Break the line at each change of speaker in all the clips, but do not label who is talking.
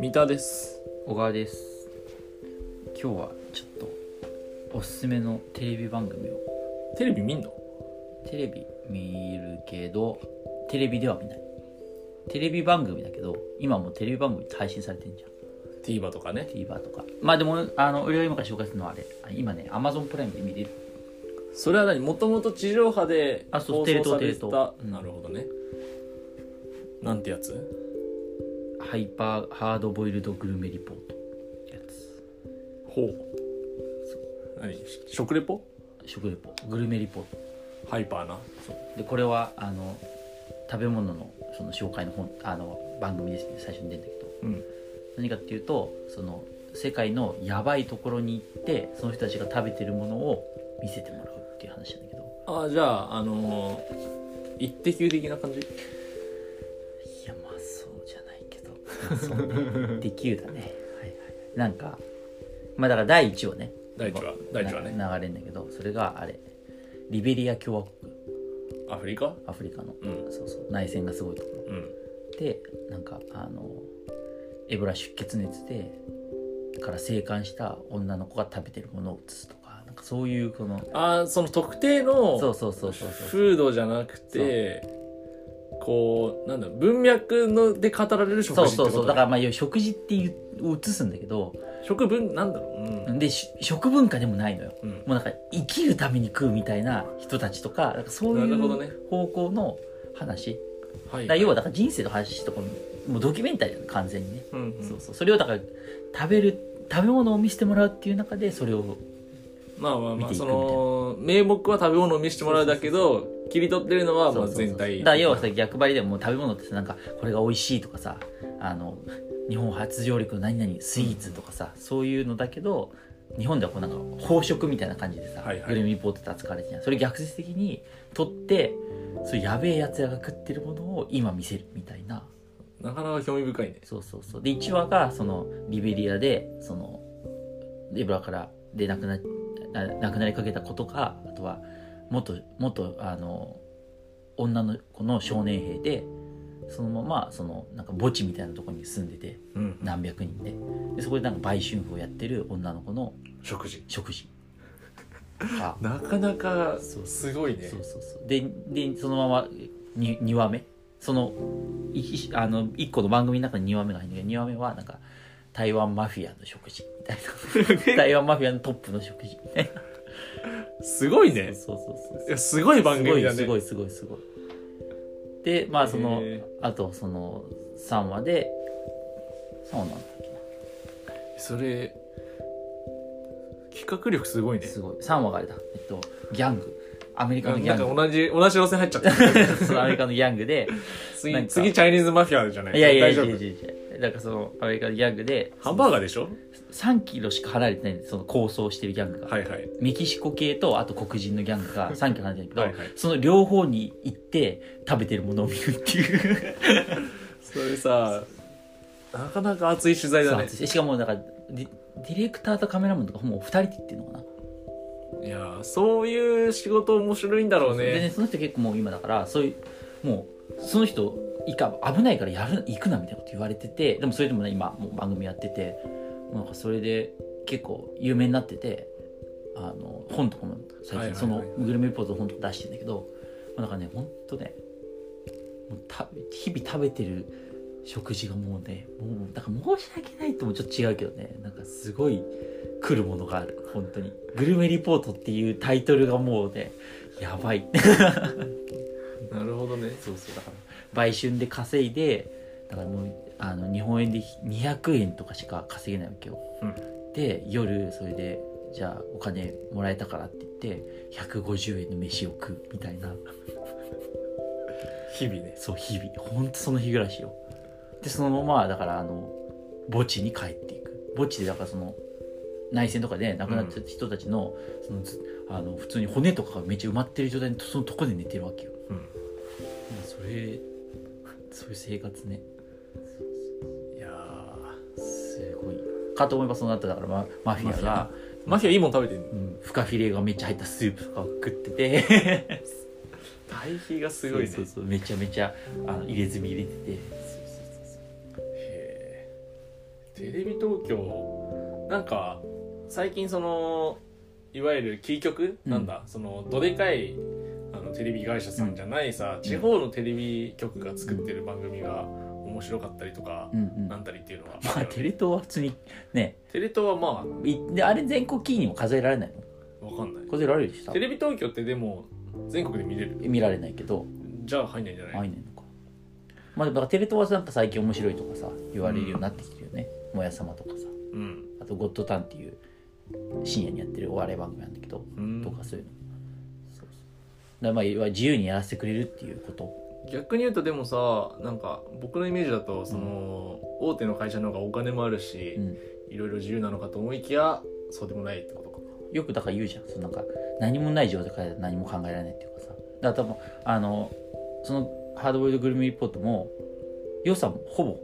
三田です
小川です今日はちょっとおすすめのテレビ番組を
テレビ見んの
テレビ見るけどテレビでは見ないテレビ番組だけど今もうテレビ番組って配信されてんじゃん
?TVer とかね
TVer とかまあでもあの俺が今から紹介するのはあれあ今ね Amazon プライムで見れる
それは何もともと地上波で
あそう
放送され
テレ
て
東
た
テレ東
なるほどねなんてやつ
ハイパーハードボイルドグルメリポートってやつ
ほう何し食レポ
食レポグルメリポート
ハイパーな
でこれはあの食べ物のその紹介の本あの番組ですね最初に出てんだけど
うん
何かっていうとその世界のやばいところに行ってその人たちが食べてるものを見せてもらうっていう話なんだけど
ああじゃああのー、一滴的な感じ
いやまあそうじゃないけどそうねでき るだねはいはいなんかまあだから第1話ね
第一話第一話ね
な流れんだけどそれがあれリベリア共和国
アフリカ
アフリカの、
うん
そうそう内戦がすごいとこ
う
ろ
ん
でなんかあのエボラ出血熱でから生還した女の子が食べてるものを映すとかなんかそういうこの
ああその特定の
そうそうそうそうそう
フードじゃなくてこうなんだ文脈ので語られる食事
そう
ってこと
そうそうだからまあいや食事っていう映すんだけど
食文なんだろううん、
でし食文化でもないのよ
うん
もうなんか生きるために食うみたいな人たちとかなんかそうい
なるほどね
う方向の話、
はい
だから要はだから人生の話とかももうドキュメンタリーなの完全にね、
うんうん
そうそうそれをだから食べる食べ物を見せてもらうっていう中でそれを
まあまあ
見
ま
て
あ
いく
その名目は食べ物を見せてもらうだけど切り取ってるのはまあ
そうそうそう
全体
だから要はさ逆張りでももう食べ物ってさなんかこれが美味しいとかさあの日本初上陸の何々スイーツとかさ、そういうのだけど日本ではこうなんか飽食みたいな感じでさ、
はいはい
グルメリポートって扱われてるじゃんそれ逆説的に取ってそういうやべえやつらが食ってるものを今見せるみたいな
なかなか興味深いね
そうそうそうで1話がそのリベリアでそのエブラからで亡くなあ亡くなりかけたことかあとは元元あの女の子の少年兵でそのままそのなんか墓地みたいなところに住んでて
うん
何百人ででそこでなんか売春婦をやってる女の子の
食事
食事とか
なかなか
そう
すごいね
そうそうそうででそのままに2話目そのいあの1個の番組の中に2話目が入るんだけど2話目はなんか台湾マフィアの 食事みたいな台湾マフィアのトップの食事みたいな
すごいね
そうそうそう
いやすごい番組だね
すごいすごいすごいすごいでまあその
へー
あとその3話でそうなんだっ
それ企画力すごい
け
ね
すごい3話があれだえっとギャングアメリカのギャ
なんか
ング
同じ同じ路線入っちゃった
そのアメリカのギャングでなん
次
か
次チャイニーズマフィアじゃない
いやいや
大
い
丈
や
夫
いやいやいやなんかそのアメリカのギャングで
ハンバーガーでしょ
3キロしか離れてないんですその構想してるギャングが、
はいはい
メキシコ系とあと黒人のギャングが3キロ離れてるけど
はいはい
その両方に行って食べてるものを見るっていう
それさなかなか熱い取材だね
そうしかもなんかディディレクターとカメラマンとかもう2人で行ってるのかな、
いやーそういう仕事面白いんだろう
でね
ね
その人結構もう今だからそういうもうその人いか危ないからやる行くなみたいなこと言われててでもそれでもね今もう番組やっててもうなんかそれで結構有名になっててあの本とかも最
はいはいはい
近そのグルメリポートの本とか出してんだけど、まあ、なんかねほんとねもうた日々食べてる食事がもうねもうだから申し訳ないともちょっと違うけどねなんかすごい来るものがある本当にグルメリポートっていうタイトルがもうねやばい
なるほどね
そうそうだから売春で稼いでだからもうあの日本円で200円とかしか稼げないわけよ、
うん
で夜それでじゃあお金もらえたからって言って150円の飯を食うみたいな
日々ね
そう日々ほんとその日暮らしよでそのままだからあの墓地に帰っていく墓地でだからその内戦とかで亡くなった人たちの,、そのずあの普通に骨とかがめっちゃ埋まってる状態のそのとこで寝てるわけよ
うん
まあそれそういう生活ね
いやー
すごいかと思えばその後だからママフィアが、
マフィアいいもん食べてんの
うん、フカヒレがめっちゃ入ったスープとかを食ってて
対比がすごいね
そうそうそうめちゃめちゃあの入れ墨入れてて
へテレビ東京なんか最近そのいわゆるキー局、
うん
なんだそのどでかいあのテレビ会社さんじゃないさ、地方のテレビ局が作ってる番組が面白かったりとか、
うんうん
なんだりっていうのは
まあテレ東は普通にね
テレ東はま
いであれ全国キーにも数えられないの
あわかんない
数えられるでしょ
テレビ東京ってでも全国で見れる
見られないけど
じゃあ入んないんじゃない
入んないのかまあでもだからテレ東はさなんか最近面白いとかさ言われるようになってきてるよね「もやさま」とかさ
うん
あと「ゴッドタン」っていう深夜にやってるお笑い番組なんだけど
うん
とかそういうのそうそうだからまあいわゆる自由にやらせてくれるっていうこと
逆に言うとでもさなんか僕のイメージだとその、大手の会社の方がお金もあるし、
うん
いろいろ自由なのかと思いきやそうでもないってことか
よくだから言うじゃんそのなんか何もない状態から何も考えられないっていうかさだから多分あのその「ハードボイルドグルメリポート」も予算ほぼ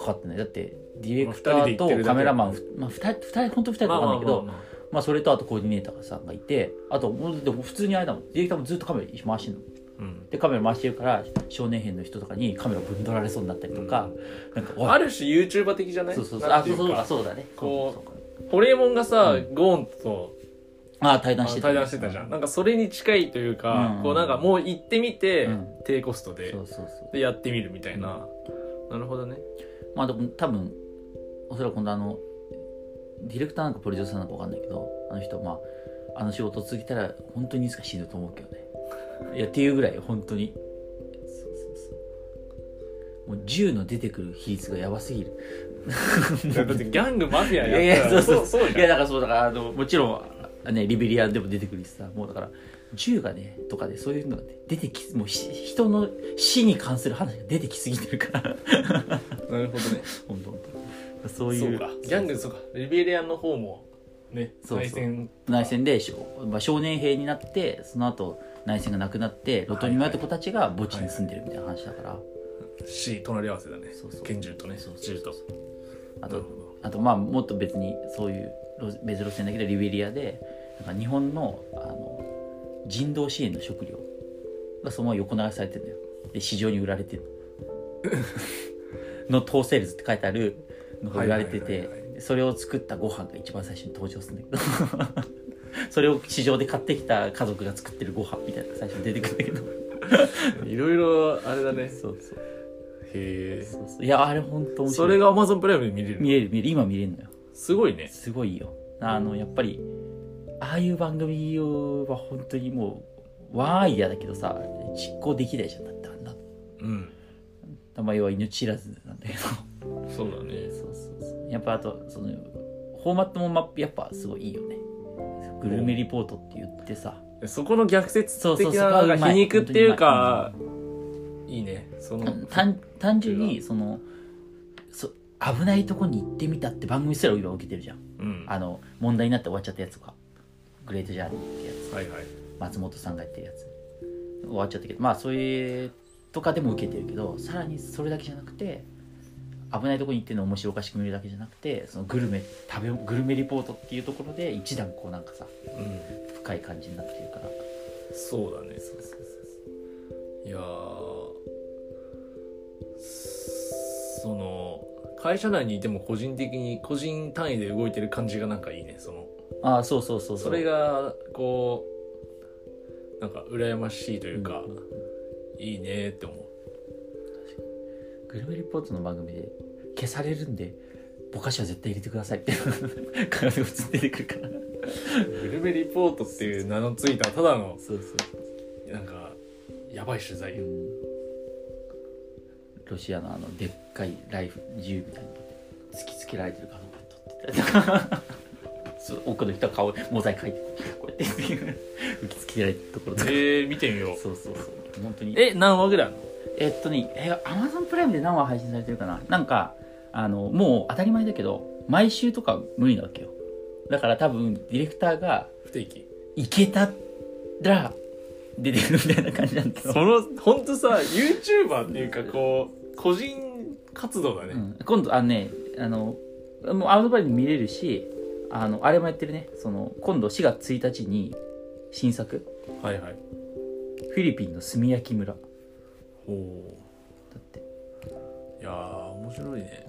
かかってないだってディレクタ
まあ二
ー
人で行って
と
る
カ
だけ
メラマン、まあ、2人2人本当2人かわかんないけど、まあ
まあ
それとあとコーディネーターさんがいてあともうでも普通にあれだもんディレクターもずっとカメラ回してんの
うん
でカメラ回してるから少年編の人とかにカメラぶん取られそうになったりとか、なんかおい
ある種 YouTuber 的じゃない
そうそうそう
な
あ
んて
そ
いうか
そうだそうだね
こう
そうそうそう
ホレエモンがさ、
うん
ゴーンと
あ対
あ
談して
対談してたじゃんなんかそれに近いというか、
うん
こうなんかもう行ってみて、
うん
低コストで
そうそうそう
でやってみるみたいな、なるほどね
まあでも多分おそらく今度あのディレクターなんかプロデューサーなんかわかんないけどあの人まああの仕事続けたら本当にいつか死ぬと思うけ どねいやっていうぐらい本当にそうそうそうもう銃の出てくる比率がやばすぎる
いやだってギャングマフィア
いやい
や
や
った
そう
ら
そう
そう
い
じゃ
や
ん
だからそうだからあのもちろんねリベリアでも出てくるしさもうだから銃がねとかでそういうのが、ね、出てきもうし人の死に関する話が出てきすぎてるから
なるほどね
本当本当そう
そ
いうう
かギャングそうかリベリアンの方もね
そうそう
内戦
内戦でしょ、まあ、少年兵になってその後内戦がなくなって路頭に迷った子たちが墓地に住んでるみたいな話だから、
し隣り合わせだね
そうそう
拳銃とね銃とな
あ
る
と
ほど
あとまあもっと別にそういう路別路線だけどリベリアでなんか日本のあの人道支援の食料がそのまま横流しされてるのよで市場に売られ てるののトーセールズって書いてあるのが売られて
はいはいはい
てそれを作ったご飯が一番最初に登場するんだけど それを市場で買ってきた家族が作ってるご飯みたいなのが最初に出てくる んだけど
いろいろあれだね
そうそう
へ
そうそういやあれ本当
え
面白
そ
い
れが Amazon プライムで見れる
見れる見れる今見れるのよ
すごいね
すごいよあのやっぱりああいう番組は本当にもうワンアイデアだけどさ実行できないじゃんだってあんな
うん
名前は命知らずなんだけど
そうだね
そうそうそうやっぱあとそのフォーマットもマップやっぱすごいいいよねグルメリポートって言ってさ
そこの逆
そ
説
うそ
的
うそ
なな
こは
ん
うま
か
い
皮肉っていうかいいねその
単単純にそのそ危ないとこに行ってみたって番組すら今受けてるじゃん
うんは
あの問題になって終わっちゃったやつとかグレートジャーニーってやつ
いはい
松本さんがやってるやつ終わっちゃったけどまあそういうとかでも受けてるけどさらにそれだけじゃなくて危ないとこに行ってるの面白おかしく見るだけじゃなくてそのグルメ食べグルメリポートっていうところで一段こうなんかさ
うん
深い感じになってるから
そうだね
そうそうそう
いやーその会社内にいても個人的に個人単位で動いてる感じがなんかいいねその
そうああそうそうそうう
それがこうなんか羨ましいというか、
うん
いいねって思う
グルメリポートの番組で消されるんでぼかしは絶対入れてくださいって体が映って出てくるから
グルメリポートっていう名のついたただの
そうそう
なんかやばい取材
う
よ
んロシアのあのでっかいライフ銃みたいなので突きつけられてる画像を撮ってたりとかそう奥の人は顔モザイク入ってこうやって浮きつけられてるところとか
えー、見てみよう
そうそうそう本当にえ
え何話ぐらいある
っとねえアマゾンプライムで何話配信されてるかななんかあのもう当たり前だけど毎週とか無理なわけよだから多分ディレクターが
の不定期
いけたら出てくるみたいな感じなんですよ
そのほんとさ YouTuber っていうかこう個人活動だね、
うん、今度あのねあのもうアウトバイで見れるしあのあれもやってるねその今度4月1日に新作
はいはい
フィリピンの炭焼き村だ
ほ
って
ういやー面白いね、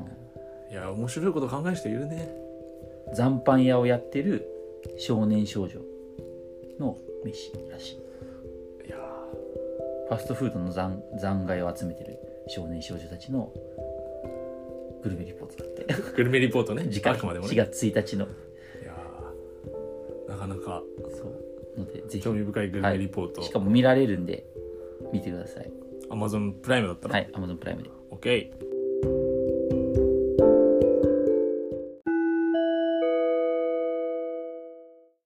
いや面白いこと考える人いるね
残飯屋をやってる少年少女の飯らしい
いや
ファストフードの残残骸を集めてる少年少女たちのグルメリポートだって
ーグルメリポートね
次
あ
回
くまでもね
4月1日の
いやーなかなか
そうのでぜひ
興味深いグルメリポート、
しかも見られるんで見てください
Amazon プライムだったの、
はい Amazon プライムで
OK